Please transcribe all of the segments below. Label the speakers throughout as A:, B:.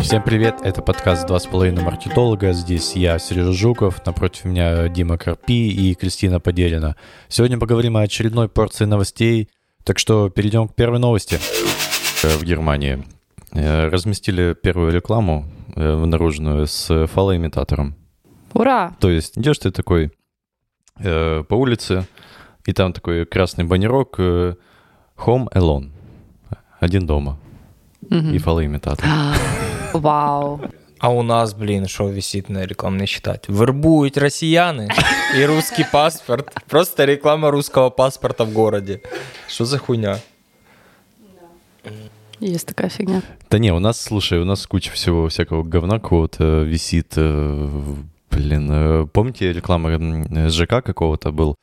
A: Всем привет, это подкаст «Два с половиной маркетолога». Здесь я, Сережа Жуков, напротив меня Дима Карпи и Кристина Поделина. Сегодня поговорим о очередной порции новостей, так что перейдем к первой новости. Э, В Германии Э, разместили первую рекламу наружную с фалоимитатором.
B: Ура!
A: То есть идешь ты такой э, по улице, и там такой красный баннерок э, «Home alone» — «Один дома» и фалоимитатор.
B: Вау.
C: А у нас, блин, что висит на рекламной считать? Вербуют россияны и русский паспорт. Просто реклама русского паспорта в городе. Что за хуйня?
B: Есть такая фигня.
A: Да не, у нас, слушай, у нас куча всего всякого говна какого-то висит. э, Блин, э, помните реклама м, ЖК какого-то был?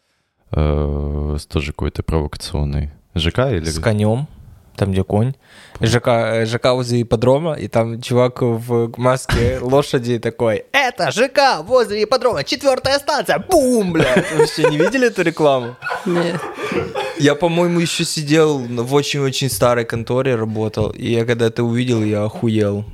A: Э, с Тоже какой-то провокационный. ЖК или...
C: С конем, там где конь. ЖК, э, ЖК возле ипподрома, и там чувак в маске лошади такой, это ЖК возле ипподрома, четвертая станция, бум, блядь. Вы вообще не видели эту рекламу?
B: Нет.
C: Я, по-моему, еще сидел на- в очень-очень старой конторе, работал, и я когда это увидел, я охуел.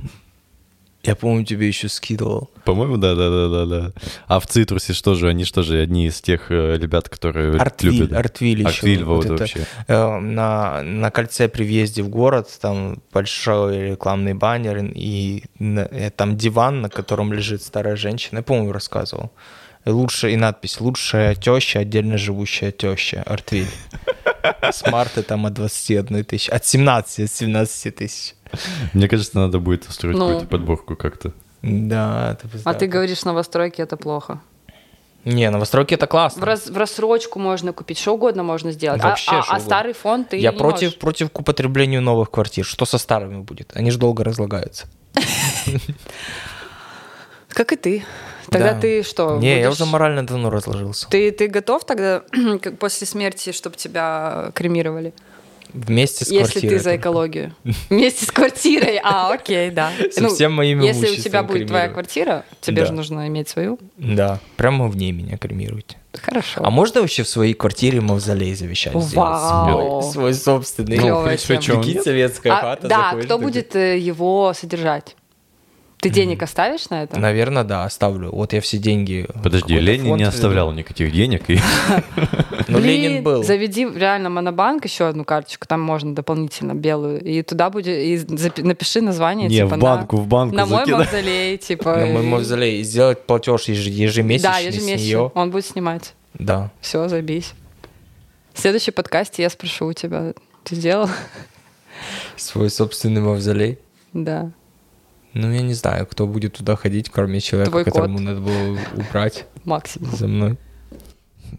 C: Я, по-моему, тебе еще скидывал.
A: По-моему, да-да-да-да-да. А в «Цитрусе» что же? Они что же одни из тех э, ребят, которые
C: Артвиль,
A: любят...
C: Артвиль еще.
A: Артвиль, вот,
C: это,
A: вообще.
C: э, на, на кольце при въезде в город там большой рекламный баннер, и на- э, там диван, на котором лежит старая женщина. Я, по-моему, рассказывал. Лучше и надпись «Лучшая теща, отдельно живущая теща, Артвиль». С марта там от 21 тысячи, от 17, от 17 тысяч.
A: Мне кажется, надо будет устроить
B: Ну.
A: какую-то подборку как-то.
C: Да, ты
B: А
C: пиздата.
B: ты говоришь, новостройки это плохо.
C: Не, новостройки это
B: В,
C: классно.
B: раз- в рассрочку можно купить, что угодно можно сделать. А-
C: Вообще
B: а,
C: что
B: а старый фон ты
C: Я
B: не
C: против,
B: можешь.
C: против к употреблению новых квартир. Что со старыми будет? Они же долго разлагаются.
B: Как и ты. Тогда
C: Да.
B: ты что?
C: Не, я
B: будешь-
C: уже морально давно разложился.
B: Ты, ты готов тогда как после смерти, чтобы тебя кремировали?
C: Вместе с
B: если
C: квартирой.
B: ты за
C: только.
B: экологию. Вместе с квартирой. А, окей, да.
C: Со всем моим
B: Если у
C: имуществом
B: тебя будет твоя
C: кремируют.
B: квартира, тебе
C: Да.
B: же нужно иметь свою.
C: Да, прямо в ней меня кремируйте.
B: Хорошо.
C: А можно вообще в своей квартире мавзолей завещать? сделать?
B: Вау.
C: Свой, свой собственный.
A: Ну,
B: Клёвая тема.
C: Прикинь, советская
B: А,
C: хата.
B: да,
C: заходишь,
B: кто
C: такой,
B: будет э, его содержать? Ты денег оставишь на это?
C: Наверное, да, оставлю. Вот я все деньги... в
A: Подожди,
C: какой-то
A: Ленин
C: фонд
A: не
C: веду.
A: оставлял никаких денег, и
C: Но
B: Блин,
C: ну, Ленин был.
B: Заведи реально монобанк еще одну карточку, там можно дополнительно белую. И туда будет и запи- напиши название.
A: Не,
B: типа,
A: в банку,
B: на,
A: в банку
B: на мой
A: закидай.
B: мавзолей, типа.
C: На мой
B: и-
C: мавзолей. И Сделать платеж еж- ежемесячный
B: Да,
C: с
B: ежемесячно.
C: нее.
B: Он будет снимать.
C: Да.
B: Все, забись. В следующем подкасте я спрошу у тебя, ты сделал?
C: Свой собственный мавзолей.
B: Да.
C: Ну, я не знаю, кто будет туда ходить, кроме человека,
B: Твой кот.
C: которому надо было убрать
B: Максимум.
C: за мной.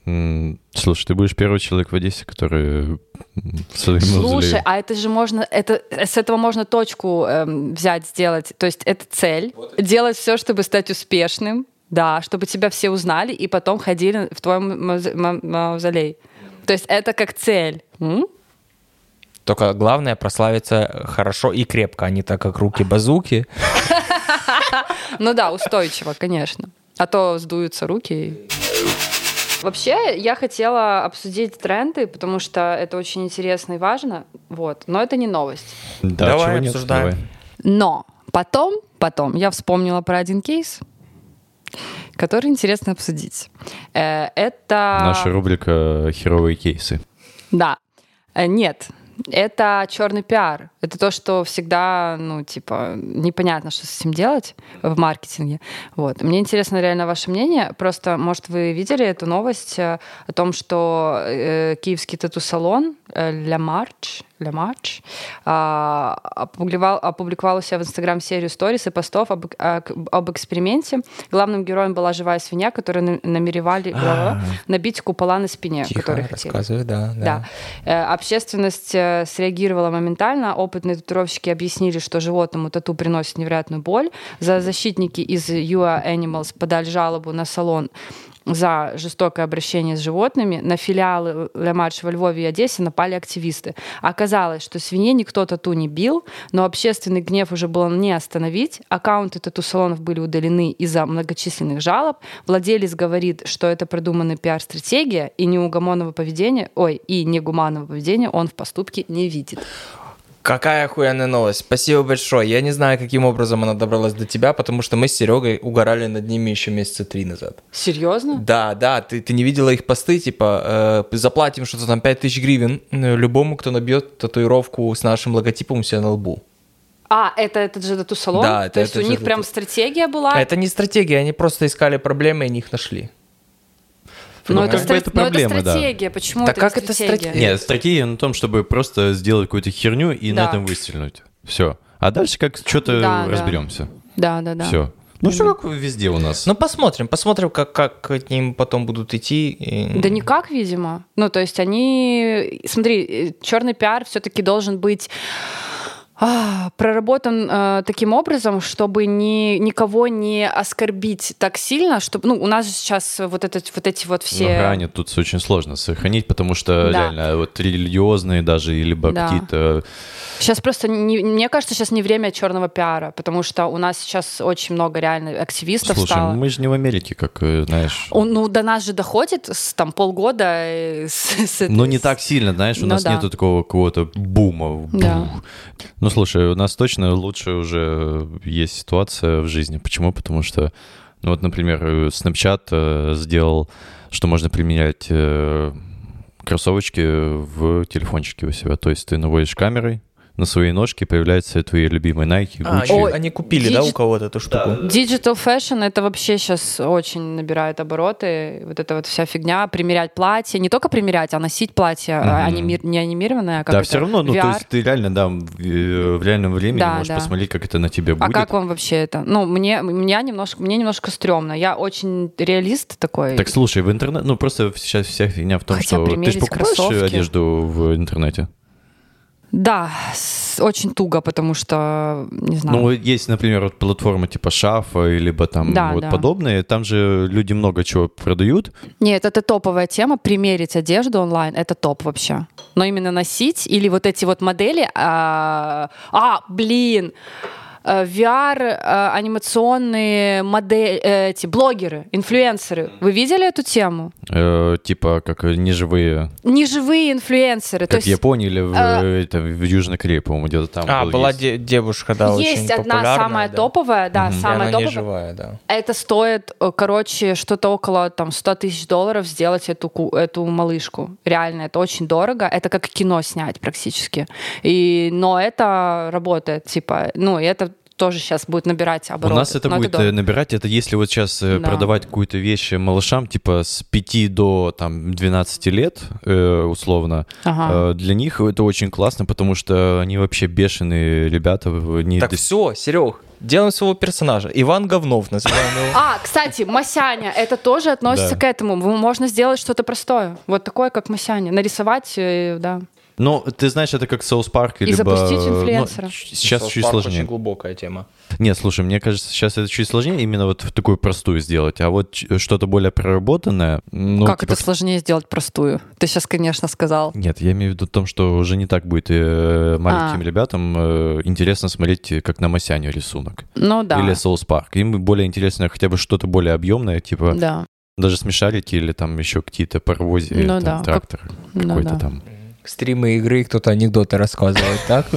A: М, Слушай, ты будешь первый человек в Одессе, который м, в своем
B: Слушай,
A: мавзолее.
B: а это же можно, это с этого можно точку эм, взять, сделать. То есть это цель. Делать все, чтобы стать успешным, да, чтобы тебя все узнали и потом ходили в твой мавз- ма- мавзолей. То есть это как цель. М?
C: Только главное прославиться хорошо и крепко, а не так, как руки-базуки.
B: Ну да, устойчиво, конечно. А то сдуются руки. и- Вообще, я хотела обсудить тренды, потому что это очень интересно и важно. Вот. Но это не новость.
A: Да,
C: Давай
A: чего нет,
C: обсуждаем.
A: давай.
B: Но потом, потом я вспомнила про один кейс, который интересно обсудить. Э, Это...
A: Наша рубрика «Херовые кейсы».
B: Да. Э, Нет, это черный пиар. Это то, что всегда, ну, типа, непонятно, что с этим делать в маркетинге. Вот. Мне интересно реально ваше мнение. Просто, может, вы видели эту новость э, о том, что э, киевский тату-салон э, Ля Марч, Ля Марч опубликовал, опубликовал у себя в Инстаграм серию сторис и постов об, ок- об эксперименте. Главным героем была живая свинья, которую на- намеревали э,
C: А.
B: набить купола на спине,
C: Тихо,
B: которые хотели.
C: рассказывай, да,
B: Да.
C: да.
B: Э, Общественность э, среагировала моментально. Опытные татуировщики объяснили, что животному тату приносит невероятную боль. За защитники из UA Animals подали жалобу на салон за жестокое обращение с животными. На филиалы Ля Марш во Львове и Одессе напали активисты. Оказалось, что свиней никто тату не бил, но общественный гнев уже было не остановить. Аккаунты тату-салонов были удалены из-за многочисленных жалоб. Владелец говорит, что это продуманная пиар-стратегия, и неугомонного поведения, ой, и негуманного поведения он в поступке не видит.
C: Какая охуенная новость. Спасибо большое. Я не знаю, каким образом она добралась до тебя, потому что мы с Серегой угорали над ними еще месяца три назад.
B: Серьезно?
C: Да, да, ты, ты не видела их посты, типа, э, заплатим что-то там 5000 гривен э, любому, кто набьет татуировку с нашим логотипом у себя на лбу.
B: А, это этот же тату-салон?
C: Да, это
B: То есть у
C: этот же
B: них прям
C: тату-
B: стратегия была?
C: Это не стратегия, они просто искали проблемы и они их нашли.
B: Но
A: Ну,
B: это,
A: как
B: стра-
A: бы это
B: но
A: проблема, да.
B: стратегия. Почему
C: Так
B: это не
C: как это
B: стратегия?
C: стратегия?
A: Нет, стратегия на том, чтобы просто сделать какую-то херню и на
B: Да.
A: этом выстрелить. Все. А дальше как что-то
B: Да, да.
A: разберемся.
B: Да, да, да.
A: Все. Ну, все как везде у нас.
C: Ну, посмотрим, посмотрим, как, как к ним потом будут идти. и-
B: Да никак, видимо. Ну, то есть они... Смотри, черный пиар все-таки должен быть а, проработан э, таким образом, чтобы ни, никого не оскорбить так сильно, чтобы... Ну, у нас же сейчас вот, этот, вот эти вот
A: Но
B: все...
A: Ну, грани тут очень сложно сохранить, потому что
B: Да.
A: реально вот религиозные даже, либо
B: Да.
A: какие-то...
B: Сейчас просто, не- мне кажется, сейчас не время черного пиара, потому что у нас сейчас очень много реально активистов
A: Слушай, ну,
B: стало.
A: мы же не в Америке, как, э, знаешь...
B: Он, ну, до нас же доходит с, там полгода. э, с- с этой-
A: Но не так сильно, знаешь, у
B: Ну
A: нас
B: да.
A: нету такого какого-то бума. бух.
B: Да.
A: Ну слушай, у нас точно лучше уже есть ситуация в жизни. Почему? Потому что, ну вот, например, э, Snapchat э, сделал, что можно применять э, кроссовочки в телефончике у себя. То есть ты наводишь камерой, на свои ножки появляются твои любимые Nike,
C: А,
A: Gucci.
C: они,
B: Ой,
C: они купили, да,
B: дичь.
C: у кого-то эту штуку?
B: Digital fashion это вообще сейчас очень набирает обороты. Вот эта вот вся фигня. Примерять платье. Не только примерять, а носить платье. а анимир- не анимированное, а как
A: да,
B: это?
A: все равно, ну, то
B: VR.
A: есть ты реально, да, в, э, в реальном времени
B: Да,
A: можешь
B: да.
A: посмотреть, как это на тебе
B: А
A: будет.
B: как вам вообще это? Ну, мне, меня немножко, мне немножко стрёмно. Я очень реалист такой.
A: Так слушай, в интернет, ну просто сейчас вся фигня в том,
B: Хотя
A: что ты же
B: примерить
A: покупаешь э,
B: кроссовки.
A: одежду в интернете.
B: Да, с- очень туго, потому что, не знаю.
A: Ну вот есть, например, вот платформа типа Шафа либо там
B: Да,
A: вот
B: да.
A: подобные, там же люди много чего продают.
B: Нет, это топовая тема. Примерить одежду онлайн это топ вообще. Но именно носить или вот эти вот модели. А, а, блин! э, VR э, анимационные модели, эти блогеры, инфлюенсеры. Вы видели эту тему?
A: Э, типа как неживые,
B: Неживые инфлюенсеры. То
A: как в
B: есть
A: Японии или в, э, там, в Южной Корее, по-моему, где-то там.
C: А,
A: был
C: была
A: есть.
C: де- девушка, да, очень
B: есть одна
C: популярная,
B: самая
C: да.
B: топовая, да,
C: И
B: самая
C: она не
B: топовая.
C: живая, да.
B: Это стоит, э, короче, что-то около там 100 тысяч долларов сделать эту, ку- эту малышку. Реально, это очень дорого. Это как кино снять практически. И, но это работает, типа, ну, и это тоже сейчас будет набирать
A: У
B: обороты.
A: нас это
B: Но
A: будет э,
B: ну, дорого.
A: набирать, это если вот сейчас э,
B: Да.
A: продавать какую-то вещь малышам, типа с 5 до там 12 лет, э, условно,
B: Ага.
A: Э, Для них это очень классно, потому что они вообще бешеные ребята. в- Они
C: Так
A: дис-
C: все, Серег, делаем своего персонажа. Иван Говнов, называем его.
B: А, кстати, Масяня, это тоже относится
A: Да.
B: к этому. Вы- Можно сделать что-то простое. Вот такое, как Масяня. Нарисовать, э, да.
A: Ну, ты знаешь, это как Соус Парк. либо...
B: запустить
A: ну,
B: инфлюенсера.
A: ч- сейчас
C: Саус
A: чуть
C: Парк
A: сложнее.
C: Очень глубокая тема.
A: Нет, слушай, мне кажется, сейчас это чуть сложнее именно вот в такую простую сделать. А вот ч- что-то более проработанное... Ну,
B: как
A: типа-
B: это сложнее сделать простую? Ты сейчас, конечно, сказал.
A: Нет, я имею в виду в том, что уже не так будет э, маленьким
B: А.
A: ребятам э, интересно смотреть, э, как на Масяне рисунок.
B: Ну да.
A: Или Соус Парк. Им более интересно хотя бы что-то более объемное, типа
B: Да.
A: даже смешарики или там еще какие-то паровози,
B: Ну
A: там,
B: да, как-
A: трактор
B: Ну
A: какой-то
B: да.
A: там.
C: Стримы игры, кто-то анекдоты рассказывает, так?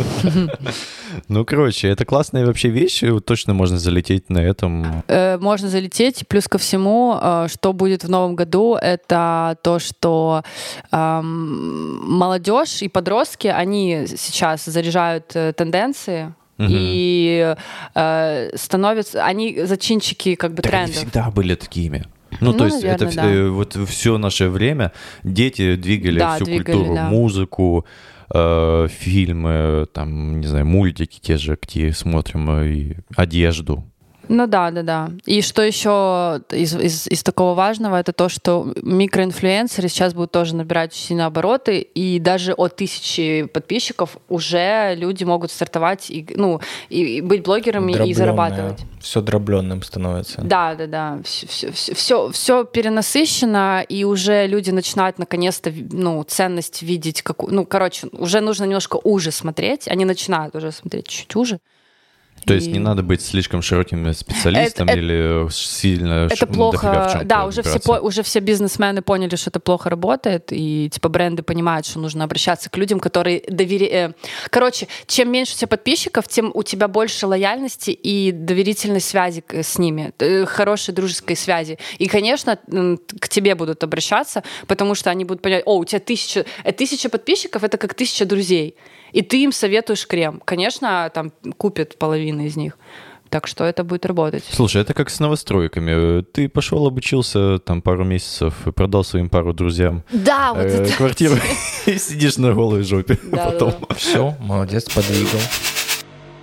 A: Ну, короче, это классная вообще вещь, и вот точно можно залететь на этом.
B: э, можно залететь. Плюс ко всему, э, что будет в новом году, это то, что эм, молодежь и подростки, они сейчас заряжают э, тенденции.
A: Мгм.
B: И э, становятся, они зачинщики как бы
A: Так они
B: трендов.
A: всегда были такими. Ну, то
B: Ну,
A: есть это
B: наверное,
A: вс-
B: да.
A: э, вот все наше время дети двигали
B: Да,
A: всю
B: двигали,
A: культуру,
B: да.
A: музыку, э, фильмы, там, не знаю, мультики те же, какие смотрим, э, и одежду.
B: Ну да, да, да. И что еще из, из, из такого важного, это то, что микроинфлюенсеры сейчас будут тоже набирать очень сильно обороты, и даже от тысячи подписчиков уже люди могут стартовать и, ну, и, и быть блогерами и зарабатывать.
C: Все дробленным становится.
B: Да, да, да. Все, все, все, перенасыщено, и уже люди начинают наконец-то ну, ценность видеть. Какую, ну, короче, уже нужно немножко уже смотреть. Они начинают уже смотреть чуть уже.
A: То есть
B: И-
A: не надо быть слишком широким специалистом
B: Это- э,
A: или сильно ш-
B: Это
A: ну, дофига в
B: плохо.
A: чем-то
B: Да, уже все,
A: разбираться.
B: по- уже все бизнесмены поняли, что это плохо работает, и типа бренды понимают, что нужно обращаться к людям, которые доверяют. Короче, чем меньше у тебя подписчиков, тем у тебя больше лояльности и доверительной связи к- с ними, э, хорошей дружеской связи. И, конечно, м, к тебе будут обращаться, потому что они будут понять, о, у тебя тысяча, э, тысяча подписчиков, это как тысяча друзей. И ты им советуешь крем. Конечно, там купит половина из них. Так что это будет работать.
A: Слушай, это как с новостройками. Ты пошел, обучился там пару месяцев, и продал своим пару друзьям
B: Да, А вот
A: э,
B: это.
A: квартиру и сидишь на голой жопе
B: Да,
A: потом.
B: да, да.
C: Все, молодец, подвигал.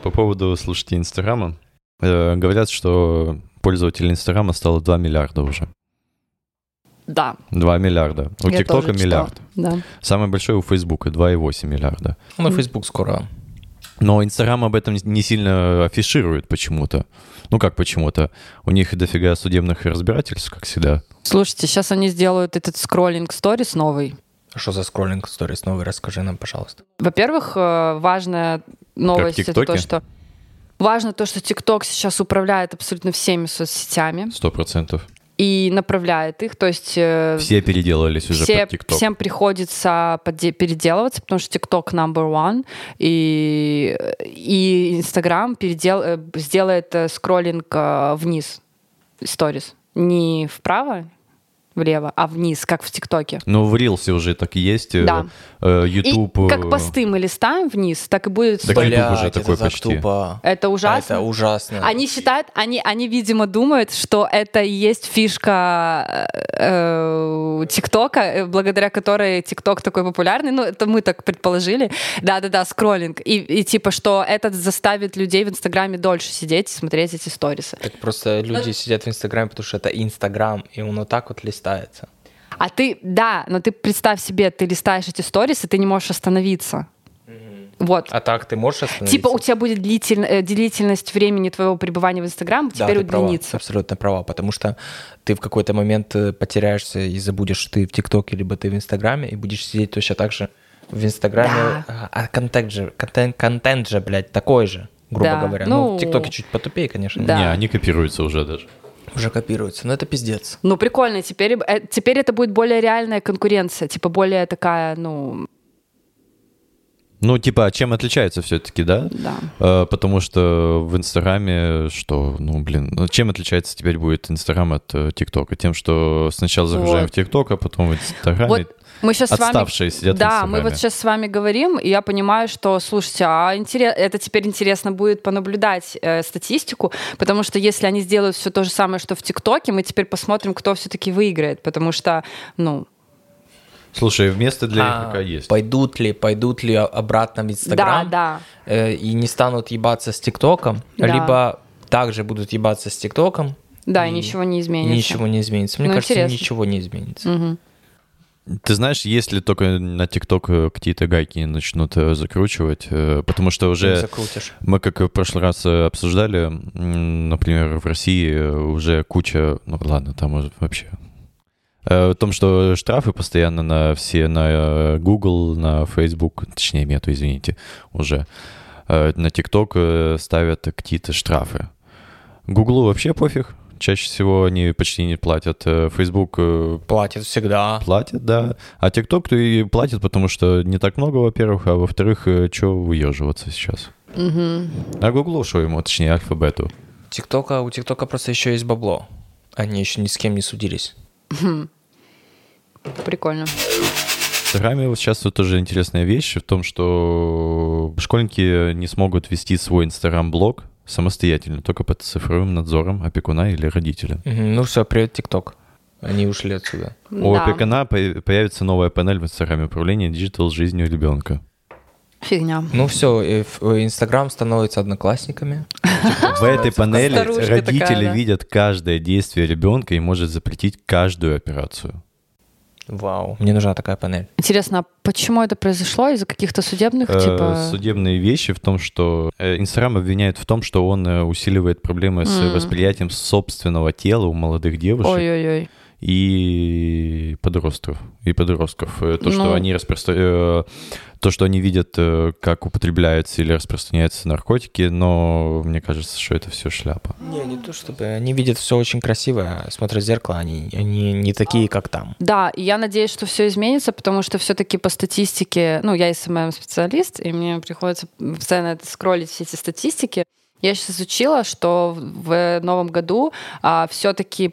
A: По поводу слушателей Инстаграма. э, Говорят, что пользователей Инстаграма стало 2 миллиарда уже.
B: Да.
A: 2 миллиарда. У
B: Я
A: ТикТока
B: тоже читала.
A: миллиард.
B: Да.
A: Самый большой у Фейсбука 2,8 миллиарда.
C: Ну, Facebook скоро.
A: Но Инстаграм об этом не сильно афиширует почему-то. Ну как почему-то? У них дофига судебных разбирательств, как всегда.
B: Слушайте, сейчас они сделают этот скроллинг сторис новый.
C: А Что за скроллинг сторис новый? Расскажи нам, пожалуйста.
B: Во-первых, э, важная новость это
A: ТикТоке?
B: то, что важно то, что ТикТок сейчас управляет абсолютно всеми соцсетями
A: Сто процентов.
B: и направляет их. То есть э,
A: Все переделались уже
B: все-
A: под ТикТок.
B: всем приходится подде- переделываться, потому что TikTok number one, и, и Instagram передел, э, сделает э, скроллинг э, вниз, сторис. Не вправо, влево, а вниз, как в ТикТоке.
A: Ну, в Рилсе уже так и есть. э,
B: Да.
A: э,
B: И
A: YouTube... э,
B: как посты мы листаем вниз, так и будет
A: Так
B: сторис.
A: Блядь, YouTube уже
C: это
A: такой
C: так
A: почти.
C: тупо.
B: Это ужасно.
C: А Это ужасно.
B: Они считают, они, они, видимо, думают, что это и есть фишка э, э, ТикТока, э, благодаря которой ТикТок такой популярный. Ну, это мы так предположили. Да-да-да, скроллинг. И, и типа, что этот заставит людей в Инстаграме дольше сидеть и смотреть эти сторисы.
C: Так просто люди сидят в Инстаграме, потому что это Инстаграм, и он вот так вот листается.
B: А ты, да, но ты представь себе, ты листаешь эти сторисы, ты не можешь остановиться. Вот.
C: А так ты можешь остановиться?
B: Типа у тебя будет длитель- э, длительность времени твоего пребывания в Инстаграм а
C: Да,
B: теперь
C: ты права,
B: удлинится.
C: абсолютно права, потому что ты в какой-то момент э, потеряешься и забудешь, что ты в ТикТоке, либо ты в Инстаграме, и будешь сидеть точно так же в Инстаграме. А а контент же, контент, контент же, блядь, такой же, грубо
B: Да,
C: говоря. Ну,
B: ну,
C: в ТикТоке чуть потупее, конечно,
B: да.
A: э, Не, они копируются уже даже.
C: уже копируется, но это пиздец.
B: Ну, прикольно, теперь, э, теперь это будет более реальная конкуренция, типа более такая, ну,
A: Ну, типа, а чем отличается все-таки, да?
B: да.
A: Э, Потому что в Инстаграме что, ну, блин, ну, чем отличается теперь будет Инстаграм от э, ТикТока? Тем, что сначала загружаем
B: Вот.
A: в ТикТок, а потом в Инстаграме.
B: Вот мы сейчас с вами...
A: Отставшие сидят в
B: Да, мы
A: Инстаграме.
B: вот сейчас с вами говорим, и я понимаю, что, слушайте, а интерес... это теперь интересно будет понаблюдать э, статистику, потому что если они сделают все то же самое, что в ТикТоке, мы теперь посмотрим, кто все-таки выиграет, потому что, ну,
A: Слушай, место для
C: А,
A: них пока есть.
C: Пойдут ли, пойдут ли обратно в Инстаграм
B: да,
C: э, и не станут ебаться с ТикТоком,
B: Да.
C: либо также будут ебаться с ТикТоком,
B: да, да, и
C: И
B: ничего не
C: и
B: изменится.
C: ничего не изменится. Мне
B: Ну,
C: кажется,
B: интересно.
C: ничего не изменится.
B: Мгм.
A: Ты знаешь, если только на ТикТок э, какие-то гайки начнут э, закручивать, э, потому что
C: Ты
A: уже
C: закрутишь.
A: мы, как и в прошлый раз э, обсуждали, м, например, в России э, уже куча, ну ладно, там уже вообще Э, о том, что штрафы постоянно на все, на э, Google, на Facebook, точнее, нету, извините, уже э, на TikTok э, ставят какие-то штрафы. Гуглу вообще пофиг, чаще всего они почти не платят. Э, Facebook э,
C: Платят всегда.
A: платят, да. А TikTok и платит, потому что не так много, во-первых, а во-вторых, что выеживаться сейчас.
B: Мгм.
A: А Гуглу что ему, точнее, алфабету.
C: ТикТока, у ТикТока просто еще есть бабло. Они еще ни с кем не судились.
B: Прикольно.
A: В Инстаграме вот сейчас вот тоже интересная вещь в том, что школьники не смогут вести свой Инстаграм-блог самостоятельно, только под цифровым надзором опекуна или родителя.
C: Мгм, Ну все, привет, ТикТок. Они ушли отсюда.
A: У
B: Да.
A: опекуна по- появится новая панель в Инстаграме управления диджитал жизнью ребенка.
B: Фигня.
C: Ну все, Инстаграм становится одноклассниками.
A: В этой панели
B: Старушка
A: родители
B: такая, да.
A: видят каждое действие ребенка и может запретить каждую операцию.
C: Вау. Мне нужна такая панель.
B: Интересно, а почему это произошло? Из-за каких-то судебных,
A: Э,
B: типа...
A: судебные вещи в том, что э, Инстаграм обвиняет в том, что он э, усиливает проблемы с
B: М.
A: восприятием собственного тела у молодых девушек
B: Ой-ой-ой.
A: и подростков. И подростков. Э, То,
B: Ну.
A: что они распространяют... э, то, что они видят, э, как употребляются или распространяются наркотики, но мне кажется, что это все шляпа.
C: Не, не то чтобы. Они видят все очень красиво, а смотрят в зеркало, они, они не такие, как там.
B: Да, и я надеюсь, что все изменится, потому что все-таки по статистике, ну, я СММ-специалист, и мне приходится постоянно это скроллить все эти статистики. Я сейчас изучила, что в э, новом году а, все-таки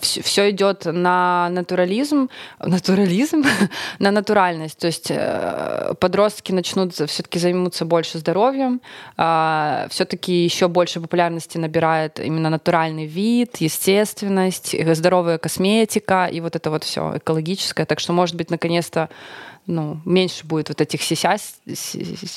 B: все идет на натурализм, натурализм, на натуральность. То есть э, подростки начнут все-таки займутся больше здоровьем, э, все-таки еще больше популярности набирает именно натуральный вид, естественность, э, здоровая косметика и вот это вот все экологическое. Так что, может быть, наконец-то ну, меньше будет вот этих сисяс,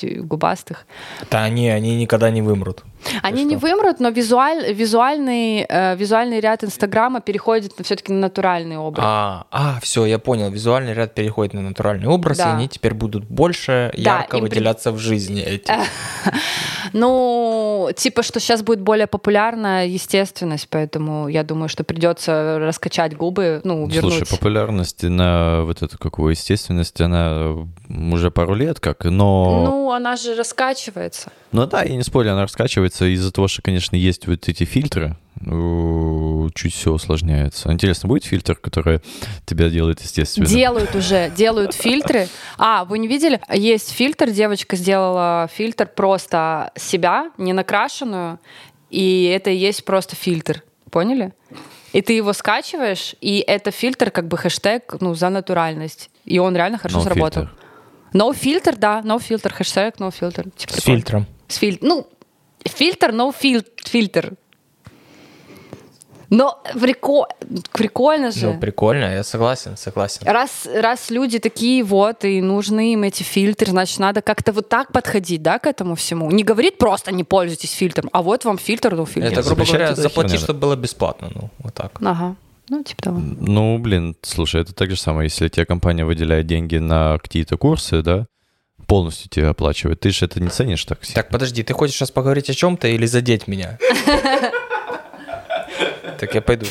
B: губастых.
C: Да они, они никогда не вымрут.
B: Они не вымрут, но визуаль, визуальный, э, визуальный ряд Инстаграма переходит на, все-таки на натуральный образ.
C: А, а, все, я понял. Визуальный ряд переходит на натуральный образ,
B: Да.
C: и они теперь будут больше
B: Да,
C: ярко
B: им при- Э,
C: выделяться в жизни. Эти.
B: Ну, типа, что сейчас будет более популярна естественность, поэтому я думаю, что придется раскачать губы, ну, вернуть.
A: Слушай, популярность на вот эту какую естественность, она уже пару лет как, но...
B: Ну, она же раскачивается.
A: Ну да, я не спорю, она раскачивается из-за того, что, конечно, есть вот эти фильтры, у, чуть все усложняется. Интересно, будет фильтр, который тебя делает естественно?
B: Делают уже, делают фильтры. А, вы не видели? Есть фильтр, девочка сделала фильтр просто себя, не накрашенную, и это и есть просто фильтр. Поняли? И ты его скачиваешь, и это фильтр как бы хэштег ну, за натуральность. И он реально хорошо
A: No
B: сработал.
A: filter.
B: No фильтр, да, no фильтр, хэштег no фильтр. Типа
C: С
B: такой.
C: фильтром.
B: С филь- Ну, фильтр, но фил- фильтр. Но прико- прикольно же.
C: Ну, прикольно, я согласен, согласен.
B: Раз, раз люди такие вот, и нужны им эти фильтры, значит, надо как-то вот так подходить, да, к этому всему. Не говорить просто не пользуйтесь фильтром, а вот вам фильтр, ну фильтр.
C: Это, грубо
A: запрещать
C: говоря,
A: это
C: заплати,
A: херня, да.
C: чтобы было бесплатно. Ну, вот так.
B: Ага, ну типа того.
A: Ну, блин, слушай, это так же самое, если тебе компания выделяет деньги на какие-то курсы, да, полностью тебе оплачивает. Ты же это не ценишь так сильно.
C: Так, подожди, ты хочешь сейчас поговорить о чем-то или задеть меня? Так я пойду.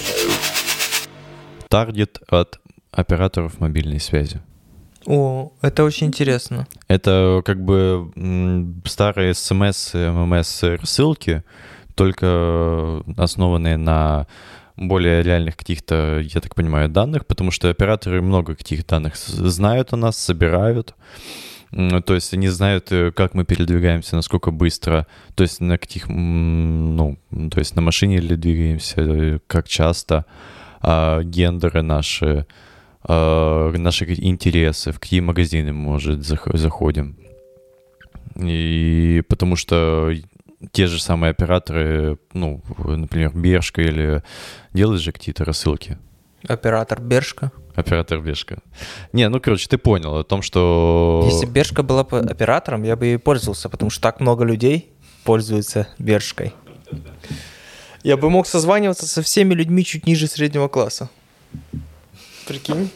A: Таргет от операторов мобильной связи.
C: О, это очень интересно.
A: Это как бы м, старые эм смс, ммс рассылки, только э, основанные на более реальных каких-то, я так понимаю, данных, потому что операторы много каких данных с- знают о нас, собирают. М, То есть они знают, э, как мы передвигаемся, насколько быстро, то есть на каких, м, ну, то есть на машине ли двигаемся, э, как часто, а, гендеры наши, э, наши какие- интересы, в какие магазины, может, зах- заходим. И потому что те же самые операторы, ну, например, Бершка или делают же какие-то рассылки.
C: Оператор Бершка.
A: Оператор Бершка. Не, ну, короче, ты понял о том, что...
C: Если бы Бершка была бы оператором, я бы ей пользовался, потому что так много людей пользуются Бершкой. Я бы мог созваниваться со всеми людьми чуть ниже среднего класса. Прикинь?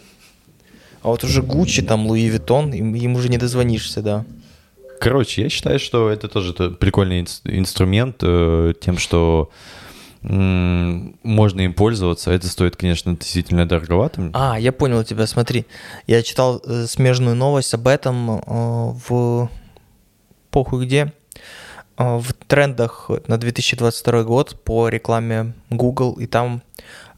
C: А вот уже Гуччи, там, Луи Виттон, им, им уже не дозвонишься, да.
A: Короче, я считаю, что это тоже то- прикольный инс- инструмент э, тем, что м, можно им пользоваться. Это стоит, конечно, действительно дороговато.
C: А, я понял тебя, смотри. Я читал э, смежную новость об этом э, в похуй где. Э, в трендах на 2022 год по рекламе Google, и там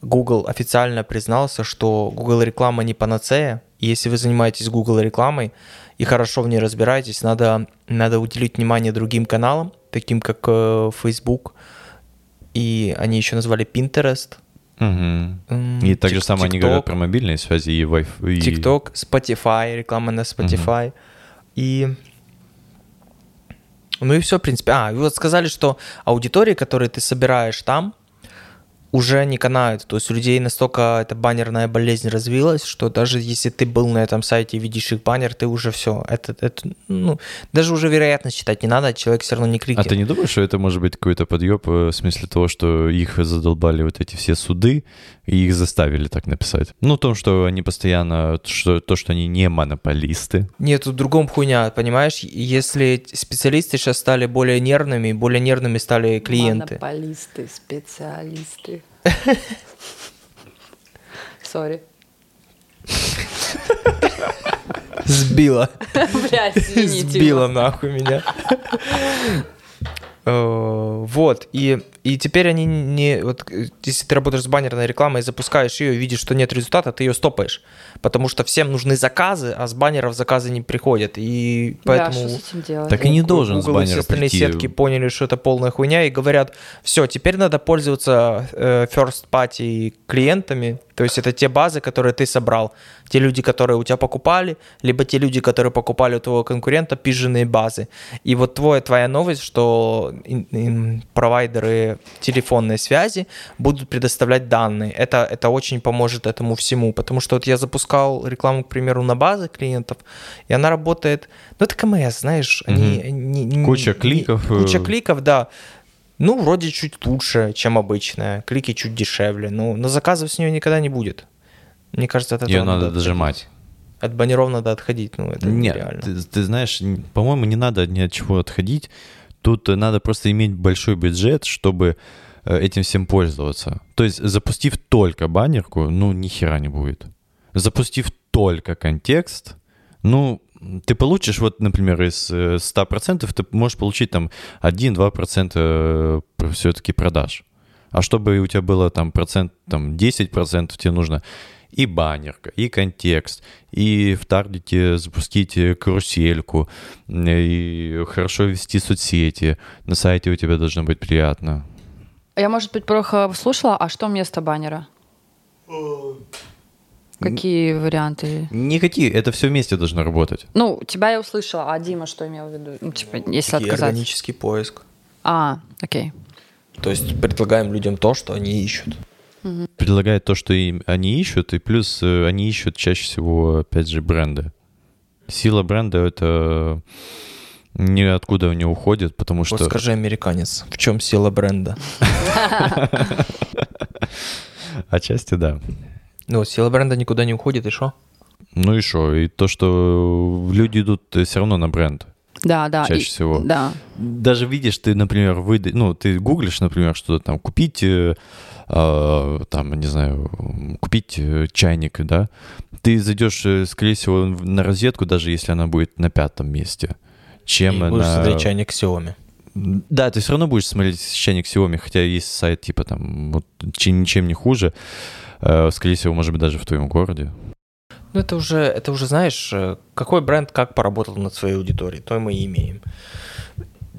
C: Google официально признался, что Google реклама не панацея. И если вы занимаетесь Google рекламой и хорошо в ней разбираетесь, надо, надо уделить внимание другим каналам, таким как э, Facebook, и они еще назвали Pinterest.
A: Мгм.
C: м,
A: И так же
C: Тик-
A: самое они
C: TikTok.
A: говорят про мобильные связи и Wi-Fi. и-
C: TikTok, Spotify, реклама на Spotify. И... Ну и все, в принципе. А, и вот сказали, что аудитории, которые ты собираешь там, уже не канают. То есть у людей настолько эта баннерная болезнь развилась, что даже если ты был на этом сайте и видишь их баннер, ты уже все. Это, это, ну, даже уже вероятность считать не надо, человек все равно не
A: А
C: крикнет.
A: ты не думаешь, что это может быть какой-то подъеб э, в смысле того, что их задолбали вот эти все суды и их заставили так написать? Ну, в том, что они постоянно, что, то, что они не монополисты.
C: Нет, тут в другом хуйня, понимаешь? Если специалисты сейчас стали более нервными, более нервными стали клиенты.
B: Монополисты, специалисты. Сори.
C: Сбила.
B: Блядь, извините.
C: Сбила нахуй меня. Э, Вот, и, и теперь они не... Вот, э, если ты работаешь с баннерной рекламой, запускаешь ее и видишь, что нет результата, ты ее стопаешь. Потому что всем нужны заказы, а с баннеров заказы не приходят. И
B: Да, что
C: поэтому
B: с этим делать?
A: Так и не
C: Гу-
A: должен с
C: Google и все
A: баннера
C: остальные
A: прийти.
C: сетки поняли, что это полная хуйня, и говорят, все, теперь надо пользоваться э, first party клиентами, то есть это те базы, которые ты собрал, те люди, которые у тебя покупали, либо те люди, которые покупали у твоего конкурента пиженные базы. И вот твоя, твоя новость, что ин- ин- провайдеры телефонной связи будут предоставлять данные. Это, это очень поможет этому всему, потому что вот я запускал рекламу, к примеру, на базы клиентов, и она работает, ну это КМС, знаешь, они, не- не-
A: Куча
C: не-
A: кликов,
C: куча
A: э.
C: кликов, да. Ну, вроде чуть лучше, чем обычная. Клики чуть дешевле. Ну, но заказов с нее никогда не будет. Мне кажется, от этого
A: Ее надо
C: отходить.
A: дожимать.
C: От баннеров надо отходить. Ну, это
A: Нет,
C: нереально.
A: ты, ты знаешь, н- по-моему, не надо ни от чего отходить. Тут э, надо просто иметь большой бюджет, чтобы э, этим всем пользоваться. То есть, запустив только баннерку, ну, ни хера не будет. Запустив только контекст, ну, ты получишь, вот, например, из э, 100%, ты можешь получить там 1-2% все-таки продаж. А чтобы у тебя было там процент, там 10%, тебе нужно и баннерка, и контекст, и в таргете запустить э, карусельку, м, э, и хорошо вести соцсети, на сайте у тебя должно быть приятно.
B: А Я, может быть, плохо слушала, а что вместо баннера?
C: Э,
B: Какие варианты?
A: Никакие, это все вместе должно работать.
B: Ну, тебя я услышала, а Дима что имел в виду? Ну, типа, если
C: Такие
B: отказать.
C: органический поиск.
B: А, окей.
C: То есть предлагаем людям то, что они ищут.
A: Предлагает то, что им они ищут, и плюс э, они ищут чаще всего, опять же, бренды. Сила бренда — это ниоткуда не уходит, потому что...
C: Вот скажи, американец, в чем сила бренда?
A: Отчасти да.
C: Ну, вот сила бренда никуда не уходит, и что?
A: Ну и что? И то, что люди идут все равно на бренд.
B: Да, да.
A: Чаще всего.
B: Да.
A: Даже видишь, ты, например, выда... ну, ты гуглишь, например, что-то там купить, э, э, там, не знаю, м, купить э, чайник, да, ты зайдешь, э, скорее всего, в- на розетку, даже если она будет на пятом месте, чем
C: И
A: на...
C: будешь смотреть чайник Xiaomi.
A: Да, ты все равно будешь смотреть чайник Xiaomi, хотя есть сайт, типа, там, вот, чи- ничем не хуже, Э, скорее всего, может быть, даже в твоем городе.
C: Ну, это уже, это уже, знаешь, э, какой бренд как поработал над своей аудиторией, то мы и имеем.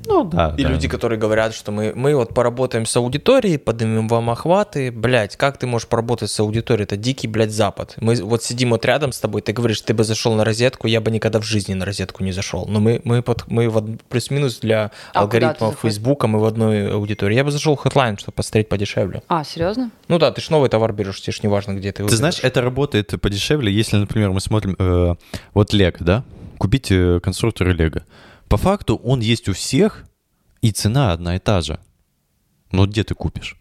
A: Ну, да.
C: И люди, которые говорят, что мы, мы вот поработаем с аудиторией, поднимем вам охваты, блядь, как ты можешь поработать с аудиторией? Это дикий, блядь, запад. Мы вот сидим вот рядом с тобой, ты говоришь, ты бы зашел на розетку, я бы никогда в жизни на розетку не зашел. Но мы, мы, под, мы в од- плюс-минус для
B: А куда ты
C: алгоритмов
B: заходишь?
C: Фейсбука, мы в одной аудитории. Я бы зашел в Headline, чтобы посмотреть подешевле.
B: А, серьезно?
C: Ну да, ты ж новый товар берешь, тебе ж неважно, где ты его
A: Ты знаешь, э
C: берешь.
A: это работает подешевле, если, например, мы смотрим э, вот Лего, да? Купить э, конструктор Лего. По факту он есть у всех, и цена одна и та же. Но где ты купишь?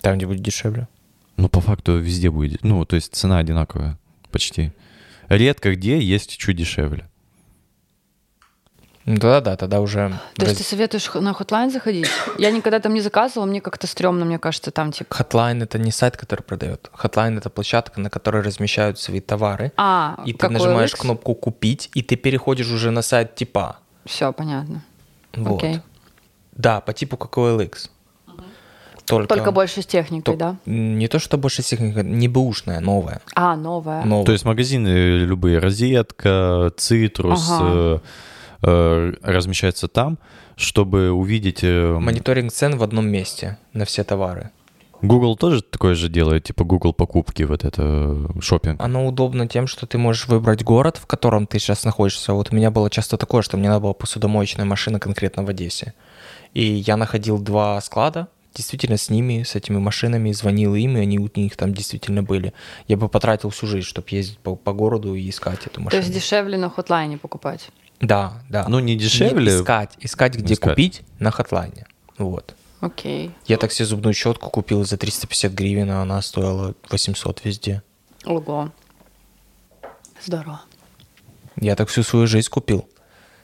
C: Там, где будет дешевле.
A: Ну, по факту везде будет. Ну, то есть цена одинаковая почти. Редко где есть чуть дешевле.
C: Ну да-да, тогда уже...
B: То
C: раз-
B: есть ты советуешь х- на хотлайн заходить? Я никогда там не заказывала, мне как-то стрёмно, мне кажется, там типа...
C: Хотлайн это не сайт, который продает. Хотлайн это площадка, на которой размещают свои товары.
B: А,
C: И ты нажимаешь кнопку купить, и ты переходишь уже на сайт типа.
B: Все, понятно.
C: Вот.
B: Окей.
C: Да, по типу как OLX. Только,
B: Только больше с техникой,
C: то-
B: да?
C: Не то, что больше техника, не бэушная, новая.
B: А, новая.
C: новая.
A: То есть магазины любые, розетка, цитрус,
B: Ага.
A: э, э, размещаются там, чтобы увидеть... э,
C: Мониторинг цен в одном месте на все товары.
A: Google тоже такое же делает, типа Google покупки, вот это э, шопинг.
C: Оно удобно тем, что ты можешь выбрать город, в котором ты сейчас находишься. Вот у меня было часто такое, что мне надо была посудомоечная машина конкретно в Одессе. И я находил два склада, действительно с ними, с этими машинами, звонил им, и они у них там действительно были. Я бы потратил всю жизнь, чтобы ездить по, по городу и искать эту
B: То
C: машину.
B: есть дешевле на хотлайне покупать.
C: Да, да.
A: Ну, не дешевле.
C: Не искать, искать, где
A: Искать.
C: купить на хотлайне. Вот.
B: Окей.
C: Я так себе зубную щетку купил за 350 гривен, а она стоила 800 везде.
B: Ого. Здорово.
C: Я так всю свою жизнь купил.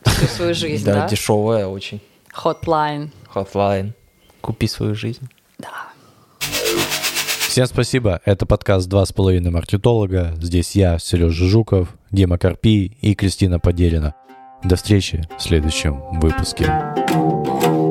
B: Всю свою жизнь,
C: да,
B: да?
C: дешевая очень.
B: Хотлайн.
C: Хотлайн. Купи свою жизнь.
B: Да.
A: Всем спасибо. Это подкаст «Два с половиной маркетолога». Здесь я, Сережа Жуков, Дима Карпи и Кристина Поделина. До встречи в следующем выпуске. thank you